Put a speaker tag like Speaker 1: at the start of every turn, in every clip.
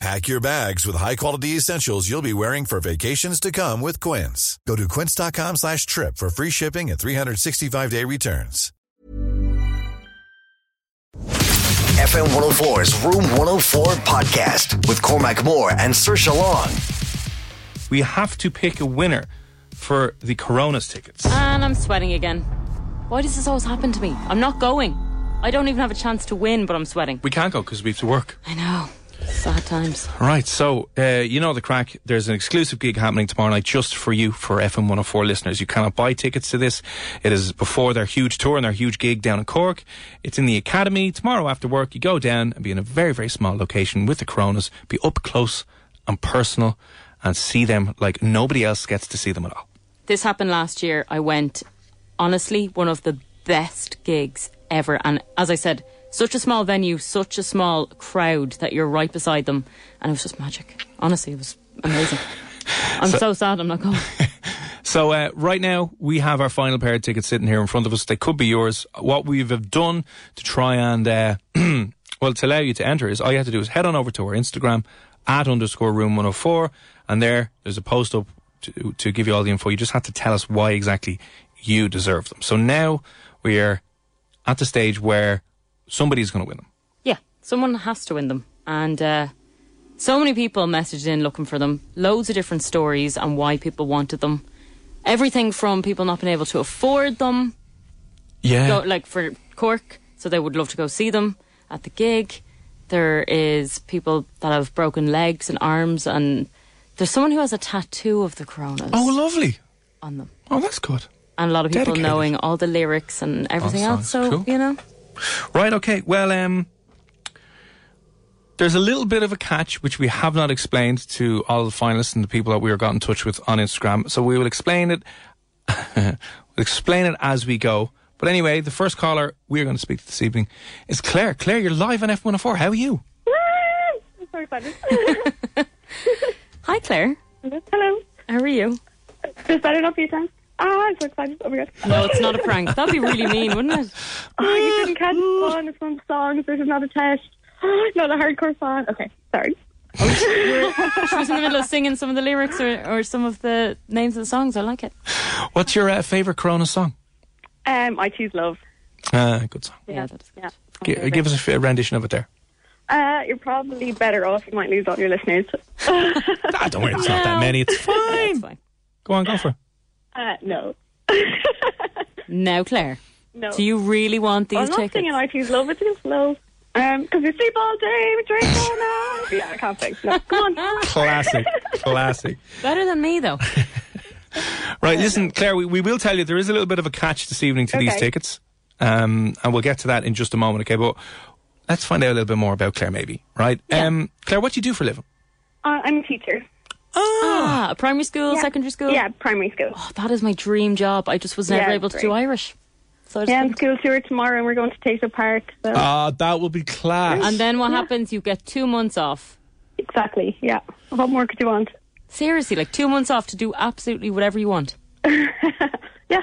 Speaker 1: Pack your bags with high-quality essentials you'll be wearing for vacations to come with Quince. Go to quince.com slash trip for free shipping and 365-day returns.
Speaker 2: FM 104's Room 104 podcast with Cormac Moore and Sir Long.
Speaker 3: We have to pick a winner for the Coronas tickets.
Speaker 4: And I'm sweating again. Why does this always happen to me? I'm not going. I don't even have a chance to win, but I'm sweating.
Speaker 3: We can't go because we have to work.
Speaker 4: I know. Sad times.
Speaker 3: Right, so uh, you know the crack. There's an exclusive gig happening tomorrow night just for you, for FM 104 listeners. You cannot buy tickets to this. It is before their huge tour and their huge gig down in Cork. It's in the Academy. Tomorrow after work, you go down and be in a very, very small location with the Coronas, be up close and personal, and see them like nobody else gets to see them at all.
Speaker 4: This happened last year. I went, honestly, one of the best gigs ever. And as I said, such a small venue, such a small crowd that you're right beside them. And it was just magic. Honestly, it was amazing. I'm so, sad I'm not going.
Speaker 3: So uh, right now we have our final pair of tickets sitting here in front of us. They could be yours. What we have done to try and uh, well to allow you to enter is all you have to do is head on over to our Instagram at underscore room one hundred four, and there there's a post up to, to give you all the info. You just have to tell us why exactly you deserve them. So now we are at the stage where somebody's going to win them.
Speaker 4: yeah, someone has to win them. And uh, so many people messaged in looking for them. Loads of different stories on why people wanted them. Everything from people not being able to afford them
Speaker 3: Yeah,
Speaker 4: go, like for Cork, so they would love to go see them at the gig. There is people that have broken legs and arms, and there's someone who has a tattoo of the Coronas
Speaker 3: Oh, lovely.
Speaker 4: on them,
Speaker 3: Oh, that's good.
Speaker 4: and a lot of people
Speaker 3: Dedicated.
Speaker 4: knowing all the lyrics and everything
Speaker 3: sounds
Speaker 4: else. So
Speaker 3: cool.
Speaker 4: you know,
Speaker 3: Right, okay. Well, um, there's a little bit of a catch which we have not explained to all the finalists and the people that we were got in touch with on Instagram. So we will explain it. we'll explain it as we go. But anyway, the first caller we're going to speak to this evening is Claire. Claire, you're live on F104. How are you?
Speaker 5: Sorry, pardon.
Speaker 4: hi Claire,
Speaker 5: Hello.
Speaker 4: how are you?
Speaker 5: This better not be a prank. Ah, I'm so excited. Oh my god.
Speaker 4: No, it's not a prank. That'd be really mean, wouldn't it?
Speaker 5: Oh, you didn't catch the fun. It's one of the songs. This is not a test. Ah, not a hardcore fan. Okay, sorry.
Speaker 4: She was in the middle of singing some of the lyrics or, or some of the names of the songs. I like it.
Speaker 3: What's your uh, favorite Corona song?
Speaker 5: Um, I choose love.
Speaker 3: Uh, good song.
Speaker 4: Yeah, that's good.
Speaker 5: Yeah.
Speaker 3: G- uh, give us a f- rendition of it there.
Speaker 5: Uh, you're probably better off. You might lose all your listeners.
Speaker 3: Ah, don't worry, it's not that many. It's
Speaker 4: That's
Speaker 3: fine.
Speaker 4: fine.
Speaker 3: Go on, go for it.
Speaker 5: Uh, no.
Speaker 4: Now, Claire,
Speaker 5: No.
Speaker 4: do you really want these
Speaker 5: I'm not
Speaker 4: tickets?
Speaker 5: singing I choose love. It's against love. Um, because you sleep all day with drinks all night. Yeah, I can't sing. No, come on. Uh,
Speaker 3: Classic, classic.
Speaker 4: Better than me though.
Speaker 3: Right, listen, Claire, we, we will tell you there is a little bit of a catch this evening to these
Speaker 5: Okay.
Speaker 3: tickets. Um, and we'll get to that in just a moment, okay? But let's find out a little bit more about Claire, maybe, right? Um, Claire, what do you do for a living?
Speaker 5: Uh, I'm a teacher.
Speaker 4: Ah, primary school,
Speaker 5: Yeah.
Speaker 4: secondary school.
Speaker 5: Yeah, primary school.
Speaker 4: Oh, that is my dream job. I just was never
Speaker 5: Yeah,
Speaker 4: able to
Speaker 5: great.
Speaker 4: do Irish. So I just
Speaker 5: Yeah, I'm
Speaker 4: couldn't.
Speaker 5: school tour tomorrow, and we're going to Tato Park. So.
Speaker 3: Ah, that will be class.
Speaker 4: and then what happens? You get two months off.
Speaker 5: Exactly. Yeah. What more could you want?
Speaker 4: Seriously, like two months off to do absolutely whatever you want.
Speaker 5: Yeah.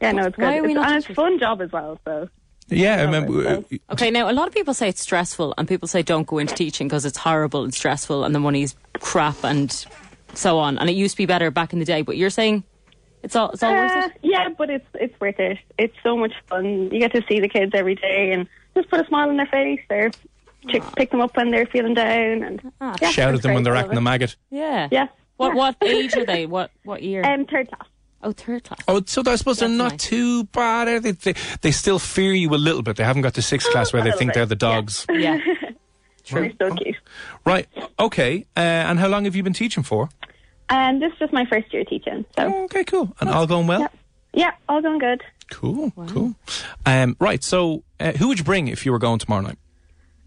Speaker 5: Yeah. No, it's good.
Speaker 4: Why are we
Speaker 5: It's-
Speaker 4: not
Speaker 5: and it's a
Speaker 4: interested?
Speaker 5: fun job as well. So
Speaker 3: yeah, I remember. uh,
Speaker 4: Okay, now a lot of people say it's stressful, and people say don't go into teaching because it's horrible and stressful, and the money's crap and so on. And it used to be better back in the day, but you're saying it's all it's all
Speaker 5: Uh,
Speaker 4: worth Oh, it.
Speaker 5: yeah, but it's it's worth it. It's so much fun. You get to see the kids every day and just put a smile on their face. Or chick, pick them up when they're feeling down and
Speaker 4: Ah,
Speaker 5: yeah,
Speaker 3: shout
Speaker 5: it's
Speaker 3: at them when
Speaker 5: great.
Speaker 3: they're
Speaker 5: I
Speaker 3: acting
Speaker 5: love
Speaker 3: the maggot.
Speaker 4: Yeah.
Speaker 5: Yeah.
Speaker 4: What
Speaker 5: Yeah.
Speaker 4: what age are they? What what year?
Speaker 5: it. Um, third class.
Speaker 4: Oh, third class.
Speaker 3: Oh, so I suppose they're
Speaker 4: That's
Speaker 3: not
Speaker 4: nice.
Speaker 3: too bad. Are they? They, they still fear you a little bit. They haven't got to sixth class where
Speaker 5: a
Speaker 3: they
Speaker 5: little
Speaker 3: think
Speaker 5: bit,
Speaker 3: they're the dogs.
Speaker 4: Yeah.
Speaker 5: They're
Speaker 3: oh.
Speaker 5: so cute.
Speaker 3: Right. Okay. Uh, and how long have you been teaching for?
Speaker 5: And this is just my first year teaching.
Speaker 6: Um,
Speaker 5: So,
Speaker 3: Okay, cool. And all going well?
Speaker 5: yeah. Yeah, all going good.
Speaker 3: Cool, cool. Um, right. So, uh, who would you bring if you were going tomorrow night?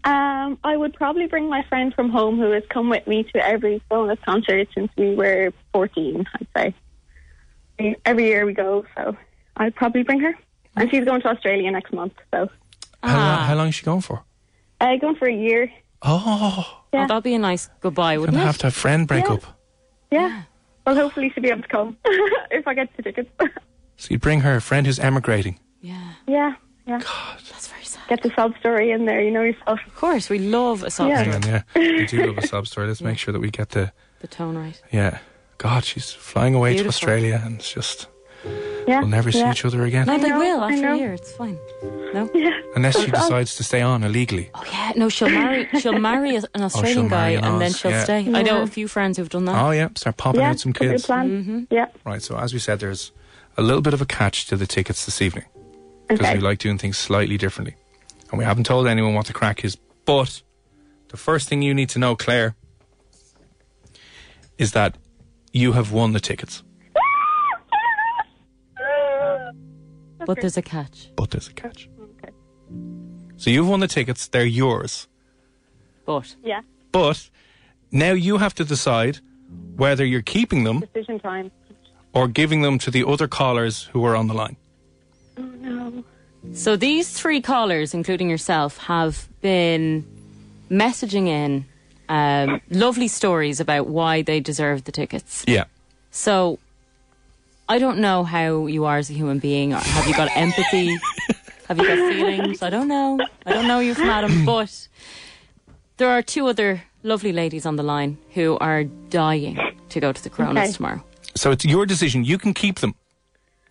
Speaker 5: Um, I would probably bring my friend from home who has come with me to every bonus concert since we were 14, I'd say. Every year we go, so I'd probably bring her. And she's going to Australia next month, so.
Speaker 3: How,
Speaker 5: Ah.
Speaker 3: long, how long is she going for?
Speaker 5: Uh, going for a year.
Speaker 3: Oh,
Speaker 4: Oh, that'd be a nice goodbye,
Speaker 3: gonna
Speaker 4: wouldn't it?
Speaker 3: have to have friend break
Speaker 5: Yeah.
Speaker 3: up.
Speaker 5: Yeah. Well, hopefully she'll be able to come if I get the tickets.
Speaker 3: So you bring her a friend who's emigrating.
Speaker 4: Yeah.
Speaker 5: yeah, yeah.
Speaker 4: That's very sad.
Speaker 5: Get the sob story in there, you know yourself.
Speaker 4: Of course, we love a sob
Speaker 5: Yeah.
Speaker 3: Hang
Speaker 4: story.
Speaker 3: on, yeah. We do love a sob story. Let's make sure that we get the
Speaker 4: The tone right.
Speaker 3: yeah. God, she's flying away
Speaker 4: Beautiful.
Speaker 3: to Australia, and it's just
Speaker 5: Yeah.
Speaker 3: we'll never see
Speaker 5: yeah.
Speaker 3: each other again
Speaker 4: No, they
Speaker 5: know,
Speaker 4: will
Speaker 5: I
Speaker 4: after a
Speaker 5: know.
Speaker 4: year. It's fine. No.
Speaker 3: unless she decides to stay on illegally.
Speaker 4: Oh yeah. No, she'll marry. She'll marry an Australian guy,
Speaker 3: Oh, marry an
Speaker 4: and then
Speaker 3: Aus,
Speaker 4: she'll
Speaker 3: yeah.
Speaker 4: stay. I know a few friends who've done that.
Speaker 3: Oh yeah, start popping
Speaker 5: Uh-huh. Yeah,
Speaker 3: out some
Speaker 5: that's a good
Speaker 3: kids.
Speaker 5: plan. Yeah.
Speaker 3: Right. So as we said, there's a little bit of a catch to the tickets this evening. because
Speaker 5: Okay.
Speaker 3: we like doing things slightly differently. And we haven't told anyone what the crack is. But the first thing you need to know, Claire, is that you have won the tickets. Oh.
Speaker 4: but there's a catch.
Speaker 3: But there's a catch. So you've won the tickets, they're yours.
Speaker 4: But
Speaker 5: yeah.
Speaker 3: But now you have to decide whether you're keeping them
Speaker 5: Decision time.
Speaker 3: or giving them to the other callers who are on the line.
Speaker 5: Oh,
Speaker 4: so these three callers, including yourself, have been messaging in um, lovely stories about why they deserve the tickets.
Speaker 3: Yeah.
Speaker 4: So I don't know how you are as a human being. Or have you got empathy? have you got feelings? I don't know. I don't know you from Adam, but there are two other lovely ladies on the line who are dying to go to the Coronas
Speaker 5: Okay.
Speaker 4: tomorrow.
Speaker 3: So it's your decision. You can keep them.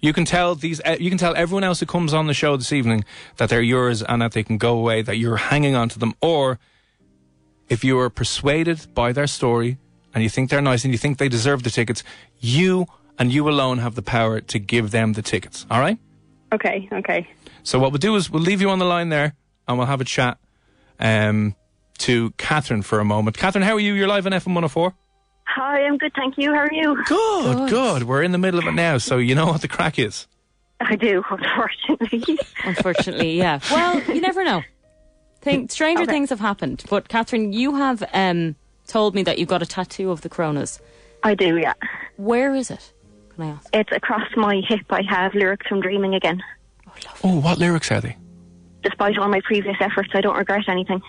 Speaker 3: You can tell these. Uh, you can tell everyone else who comes on the show this evening that they're yours and that they can go away. That you're hanging on to them, or if you are persuaded by their story and you think they're nice and you think they deserve the tickets, you and you alone have the power to give them the tickets. All right.
Speaker 5: Okay, okay.
Speaker 3: So what we'll do is we'll leave you on the line there and we'll have a chat um, to Catherine for a moment. Catherine, how are you? You're live on FM 104.
Speaker 5: Hi, I'm good, thank you. How are you?
Speaker 3: Good, good, We're in the middle of it now, so you know what the crack is.
Speaker 5: I do, unfortunately.
Speaker 4: Unfortunately, yeah. Well, you never know. Think, stranger things have happened. But Catherine, you have um, told me that you got a tattoo of the Coronas.
Speaker 6: I do, yeah.
Speaker 4: Where is it? Can I ask?
Speaker 6: It's across my hip. I have lyrics from Dreaming Again.
Speaker 3: Oh, what lyrics are they?
Speaker 6: Despite all my previous efforts, I don't regret anything.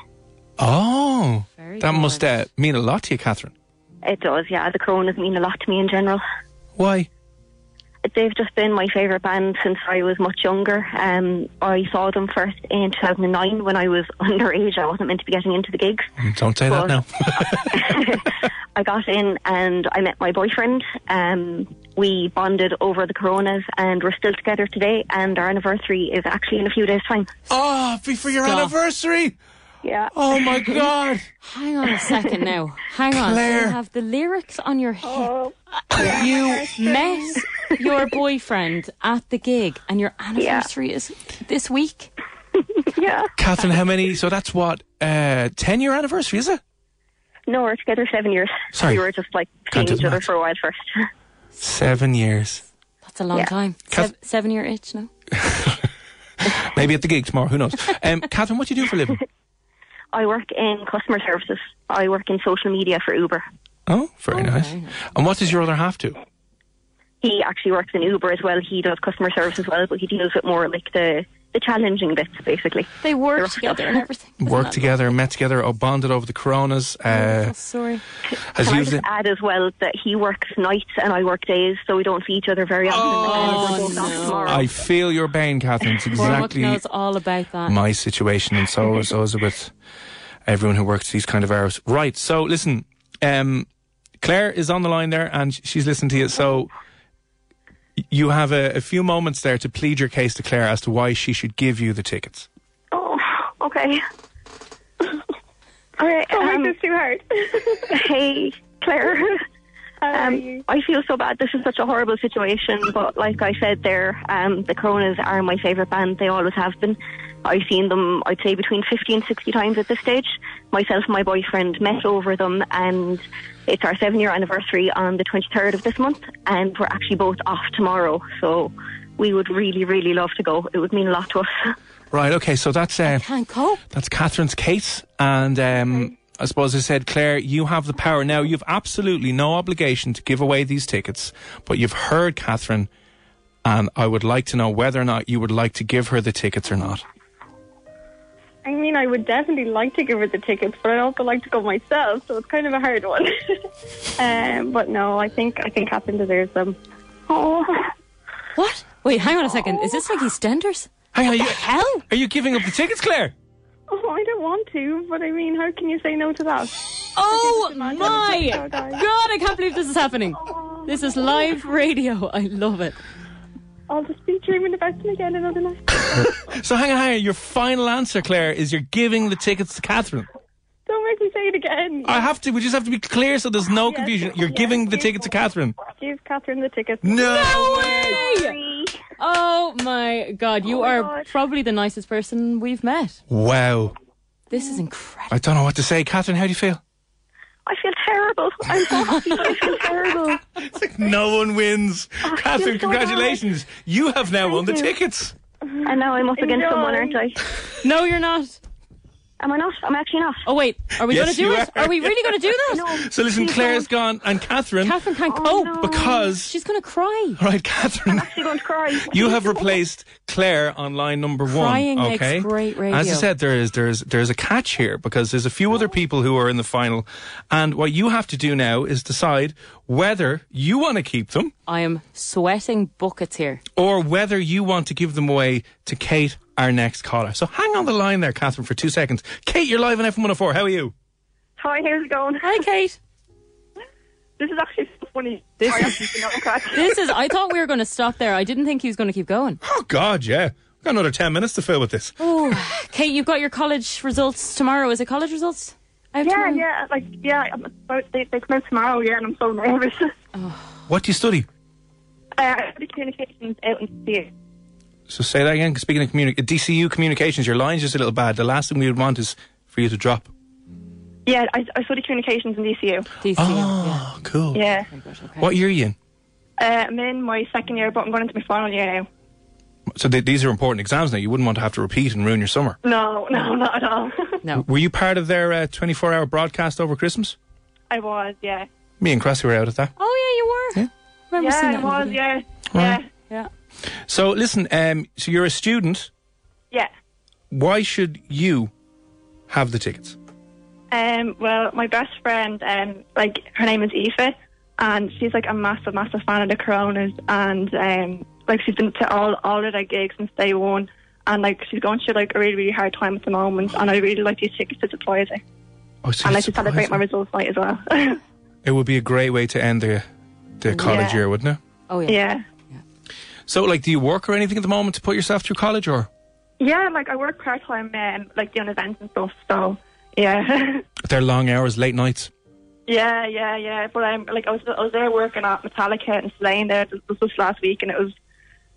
Speaker 3: Oh,
Speaker 4: Very
Speaker 3: that
Speaker 4: good.
Speaker 3: must uh, mean a lot to you, Catherine.
Speaker 6: It does, yeah. The Coronas mean a lot to me in general.
Speaker 3: Why?
Speaker 6: They've just been my favourite band since I was much younger. Um, I saw them first in 2009 when I was underage. I wasn't meant to be getting into the gigs.
Speaker 3: Mm, Don't say that
Speaker 6: Well-
Speaker 3: now.
Speaker 6: I got in and I met my boyfriend. Um, we bonded over the Coronas and we're still together today. And our anniversary is actually in a few days' time.
Speaker 3: oh, before your
Speaker 4: Stop.
Speaker 3: anniversary.
Speaker 6: Yeah.
Speaker 3: Oh my God.
Speaker 4: Hang on a second now. Hang on.
Speaker 3: Claire.
Speaker 4: You have the lyrics on your hip.
Speaker 6: Oh.
Speaker 4: You met your boyfriend at the gig, and your anniversary is this week.
Speaker 6: Yeah.
Speaker 3: Catherine, how many? So that's what uh, ten year anniversary, is it?
Speaker 6: No, we're together seven years.
Speaker 3: Sorry.
Speaker 6: We were just like
Speaker 3: Can't
Speaker 6: seeing
Speaker 3: do
Speaker 6: each
Speaker 3: the
Speaker 6: other
Speaker 3: maths.
Speaker 6: for a while first.
Speaker 3: Seven years.
Speaker 4: That's a long
Speaker 6: Yeah.
Speaker 4: time.
Speaker 3: Cath-
Speaker 4: Sev- seven year itch, no?
Speaker 3: Maybe at the gig tomorrow. Who knows? Um, Catherine, what do you do for a living?
Speaker 6: I work in customer services. I work in social media for Uber.
Speaker 3: Oh, very nice. And what does your other half do?
Speaker 6: He actually works in Uber as well. He does customer service as well, but he deals with more like the, the challenging bits, basically.
Speaker 4: They work
Speaker 6: rough stuff.
Speaker 4: together and everything. Isn't
Speaker 3: Work
Speaker 4: that
Speaker 3: together, met together, or bonded over the coronas.
Speaker 4: wonderful?
Speaker 3: Uh,
Speaker 4: Sorry.
Speaker 3: has
Speaker 6: Can I
Speaker 3: usually.
Speaker 6: just add as well that he works nights and I work days, so we don't see each other very often.
Speaker 3: Oh,
Speaker 6: And we're both off
Speaker 4: no.
Speaker 6: tomorrow.
Speaker 3: I feel your pain, Catherine. It's
Speaker 4: Bournemouth
Speaker 3: exactly
Speaker 4: knows all about that.
Speaker 3: my situation, and so is so is it with everyone who works these kind of hours. Right. So listen, um, Claire is on the line there, and sh- she's listening to you. So y- you have a, a few moments there to plead your case to Claire as to why she should give you the tickets.
Speaker 6: Oh, okay.
Speaker 5: All right,
Speaker 6: um,
Speaker 5: this is too hard.
Speaker 6: Hey, Claire.
Speaker 5: How are
Speaker 6: Um,
Speaker 5: you?
Speaker 6: I feel so bad. This is such a horrible situation, but like I said there, um, the Coronas are my favourite band. They always have been. I've seen them, I'd say, between 50 and 60 times at this stage. Myself and my boyfriend met over them, and it's our seven year anniversary on the 23rd of this month, and we're actually both off tomorrow. So we would really, really love to go. It would mean a lot to us.
Speaker 3: Right, okay, so that's uh,
Speaker 4: Can't cope.
Speaker 3: that's Catherine's case, and um, I suppose I said, Claire, you have the power now. You've absolutely no obligation to give away these tickets, but you've heard Catherine, and I would like to know whether or not you would like to give her the tickets or not.
Speaker 5: I mean, I would definitely like to give her the tickets, but I'd also like to go myself, so it's kind of a hard one. um, but no, I think I think Catherine deserves them. Oh,
Speaker 4: What? Wait, hang on a second. Is this like EastEnders?
Speaker 3: Hang on, are you,
Speaker 4: Hell?
Speaker 3: are you giving up the tickets, Claire?
Speaker 5: oh, I don't want to, but I mean, how can you say no to that?
Speaker 4: Oh my
Speaker 5: Amanda.
Speaker 4: god!
Speaker 5: Oh, guys.
Speaker 4: I can't believe this is happening. This is live radio. I love it.
Speaker 5: I'll just be dreaming about them again another night.
Speaker 3: So hang on, hang on. Your final answer, Claire, is you're giving the tickets to Catherine.
Speaker 5: Don't make me say it again.
Speaker 3: I have to. We just have to be clear, so there's no
Speaker 5: Yes,
Speaker 3: confusion. You're
Speaker 5: yes,
Speaker 3: giving the
Speaker 5: yes.
Speaker 3: tickets to Catherine.
Speaker 5: Give Catherine the tickets.
Speaker 3: No.
Speaker 4: Hey! Oh my god, you are probably the nicest person we've met.
Speaker 3: Wow.
Speaker 4: This is incredible.
Speaker 3: I don't know what to say, Catherine. How do you feel?
Speaker 6: I feel terrible. I'm so happy. but I feel terrible.
Speaker 3: No one wins. Catherine,
Speaker 6: you're so
Speaker 3: congratulations. You have now won the tickets.
Speaker 6: And now I'm up against someone, aren't I?
Speaker 4: No, you're not.
Speaker 6: Am I not? I'm actually not.
Speaker 4: Oh wait, are we
Speaker 3: Yes,
Speaker 4: going to
Speaker 3: you
Speaker 4: do it?
Speaker 3: are.
Speaker 4: Are we really going to do this?
Speaker 3: So listen, Claire's gone and Catherine.
Speaker 4: Catherine can't cope.
Speaker 6: Oh, no.
Speaker 3: Because,
Speaker 4: She's going to cry.
Speaker 3: right, Catherine,
Speaker 6: actually going to cry.
Speaker 3: you have replaced Claire on line number one.
Speaker 4: Crying makes
Speaker 3: okay.
Speaker 4: great
Speaker 3: As I
Speaker 4: radio.
Speaker 3: said, there is there's there's a catch here because there's a few other people who are in the final, and what you have to do now is decide whether you want to keep them
Speaker 4: I am sweating buckets here.
Speaker 3: or whether you want to give them away to Kate, our next caller. So hang on the line there, Catherine, for two seconds. Kate, you're live on F104. How are you?
Speaker 5: Hi, how's it going?
Speaker 4: Hi, Kate.
Speaker 5: This is actually funny.
Speaker 4: This
Speaker 5: Sorry,
Speaker 4: is-
Speaker 5: I'm keeping up a crack.
Speaker 4: This is. I thought we were going to stop there. I didn't think he was going to keep going.
Speaker 3: Oh God, yeah. We've got another ten minutes to fill with this.
Speaker 4: Kate, you've got your college results tomorrow. Is it college results? I have
Speaker 5: Yeah,
Speaker 4: tomorrow.
Speaker 5: yeah, like yeah. I'm about, they, they come out tomorrow, yeah, and I'm so nervous.
Speaker 3: What do you study?
Speaker 5: Uh, I study communications out in the
Speaker 3: So say that again. 'cause Speaking of communi- DCU communications, your line's just a little bad. The last thing we would want is for you to drop.
Speaker 5: Yeah, I, I study communications in DCU.
Speaker 4: DCU. Yeah.
Speaker 3: Oh, cool.
Speaker 5: Yeah,
Speaker 3: What year are you in?
Speaker 5: uh, I'm in my second year, but I'm going into my final year now.
Speaker 3: So th- these are important exams now. You wouldn't want to have to repeat and ruin your summer.
Speaker 5: No, no, not at all.
Speaker 4: No.
Speaker 3: Were you part of their uh, 24-hour broadcast over Christmas?
Speaker 5: I was, yeah.
Speaker 3: Me and Cressy were out at that.
Speaker 4: Oh yeah, you were. Remember seeing
Speaker 5: Yeah,
Speaker 4: that
Speaker 5: I
Speaker 4: in the
Speaker 5: was,
Speaker 4: video.
Speaker 5: yeah, yeah,
Speaker 4: Yeah.
Speaker 3: So listen, um, so you're a student.
Speaker 5: yeah.
Speaker 3: Why should you have the tickets?
Speaker 5: Um, well, my best friend, um, like her name is Aoife, and she's like a massive, massive fan of the Coronas, and um, like she's been to all all of their gigs since day one, and like she's going through like a really, really hard time at the moment, and I really like these tickets to surprise her,
Speaker 3: Oh, so
Speaker 5: and
Speaker 3: you're
Speaker 5: like to celebrate
Speaker 3: surprised.
Speaker 5: my results night as well.
Speaker 3: It would be a great way to end the the college
Speaker 5: Yeah.
Speaker 3: year, wouldn't it?
Speaker 4: Oh yeah.
Speaker 5: yeah,
Speaker 3: So, like, do you work or anything at the moment to put yourself through college, or
Speaker 5: yeah, like I work part time, um, like doing events and stuff, so yeah.
Speaker 3: they're long hours, late nights?
Speaker 5: Yeah, yeah, yeah. But um, like I was, I was there working at Metallica and Slane there this, this last week, and it was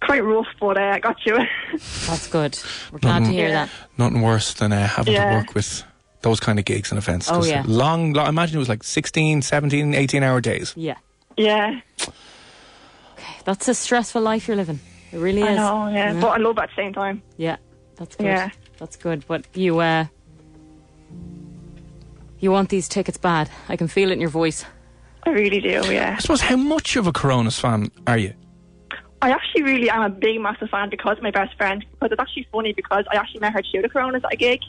Speaker 5: quite rough. But uh, I got you.
Speaker 4: That's good. We're glad to hear
Speaker 5: Yeah.
Speaker 4: that.
Speaker 3: Nothing worse than uh, having to
Speaker 5: Yeah.
Speaker 3: work with those kind of gigs and events.
Speaker 4: Oh,
Speaker 3: 'cause
Speaker 4: yeah.
Speaker 3: Long, long, I imagine it was like 16, 17, 18 hour days.
Speaker 4: Yeah.
Speaker 5: yeah,
Speaker 4: That's a stressful life you're living. It really
Speaker 5: I
Speaker 4: is.
Speaker 5: know. Yeah, but I love it at the same time.
Speaker 4: Yeah. That's good.
Speaker 5: Yeah.
Speaker 4: That's good. But you uh you want these tickets bad. I can feel it in your voice.
Speaker 5: I really do. Yeah,
Speaker 3: I suppose, how much of a Coronas fan are you?
Speaker 5: I actually really am a big massive fan because of my best friend. Because it's actually funny because I actually met her through the Coronas at a gig.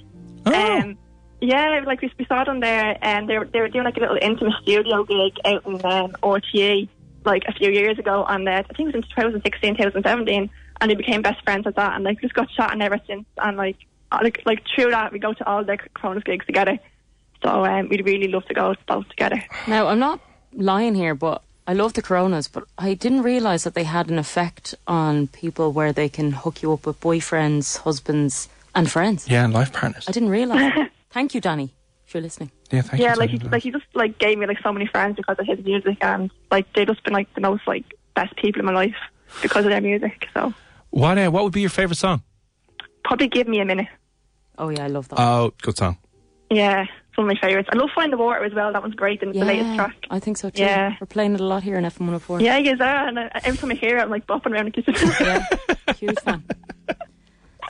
Speaker 3: Oh.
Speaker 5: Um, yeah, like we, we saw them there, and they were, they were doing like a little intimate studio gig out in um, RTA like a few years ago, and uh, I think it was in 2016, 2017, and we became best friends at that, and like just got chatting ever since, and like uh, like like through that we go to all the Cronus gigs together. So um, we'd really love to go to both together.
Speaker 4: Now, I'm not lying here, but I love the Coronas, but I didn't realise that they had an effect on people where they can hook you up with boyfriends, husbands, and friends.
Speaker 3: Yeah, and life partners.
Speaker 4: I didn't realise. Thank you, Danny. if you're listening.
Speaker 3: Yeah, thank
Speaker 5: yeah,
Speaker 3: you.
Speaker 5: like he,
Speaker 3: Tanya.
Speaker 5: like he just like gave me like so many friends because of his music, and like they've just been like the most like best people in my life because of their music. So
Speaker 3: what uh, what would be your favorite song?
Speaker 5: probably give me a minute.
Speaker 4: Oh yeah, I love that.
Speaker 3: Oh, good song.
Speaker 5: Yeah, it's one of my favorites. I love Find the Water as well. That one's great. And
Speaker 4: yeah,
Speaker 5: the latest track.
Speaker 4: I think so too.
Speaker 5: Yeah.
Speaker 4: We're playing it a lot here in FM 104.
Speaker 5: Yeah, yeah, that. And I, every time I hear it, I'm like bopping around the kitchen.
Speaker 4: Yeah, huge fan.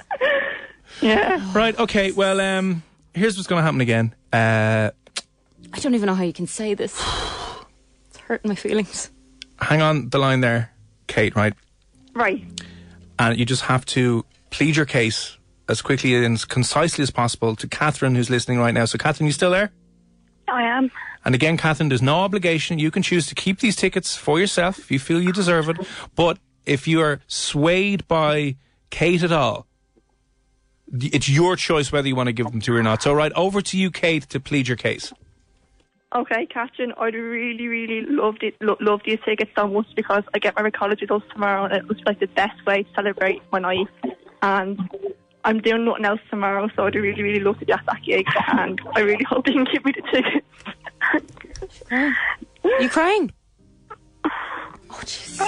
Speaker 5: yeah,
Speaker 3: Right. Okay. Well, um, here's what's going to happen again. Uh,
Speaker 4: I don't even know how you can say this. It's hurting my feelings.
Speaker 3: hang on the line there, Kate. Right,
Speaker 5: right.
Speaker 3: and you just have to plead your case as quickly and as concisely as possible to Catherine, who's listening right now. So, Catherine, you still there?
Speaker 5: I am.
Speaker 3: And again, Catherine, there's no obligation. You can choose to keep these tickets for yourself if you feel you deserve it. But if you are swayed by Kate at all, th- it's your choice whether you want to give them to her or not. So, right, over to you, Kate, to plead your case.
Speaker 5: Okay, Catherine, I'd really, really loved it, lo- love these tickets so much because I get my recology results tomorrow and it was like the best way to celebrate my night. And I'm doing nothing else tomorrow, so I'd really, really love to be at that gig. And I really hope they can give me the tickets.
Speaker 4: You crying? Oh jeez,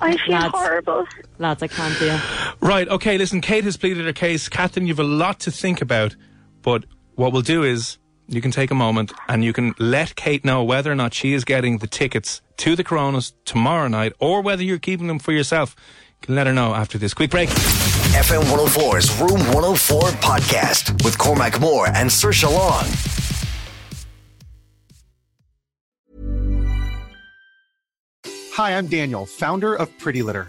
Speaker 5: I feel
Speaker 4: Lads.
Speaker 5: horrible.
Speaker 4: lads, I can't deal.
Speaker 3: Right, okay, listen, Kate has pleaded her case. Catherine, you've a lot to think about, but what we'll do is you can take a moment and you can let Kate know whether or not she is getting the tickets to the Coronas tomorrow night or whether you're keeping them for yourself. You can let her know after this quick break.
Speaker 7: FM 104's Room 104 podcast with Cormac Moore and Sir Long.
Speaker 8: Hi, I'm Daniel, founder of Pretty Litter.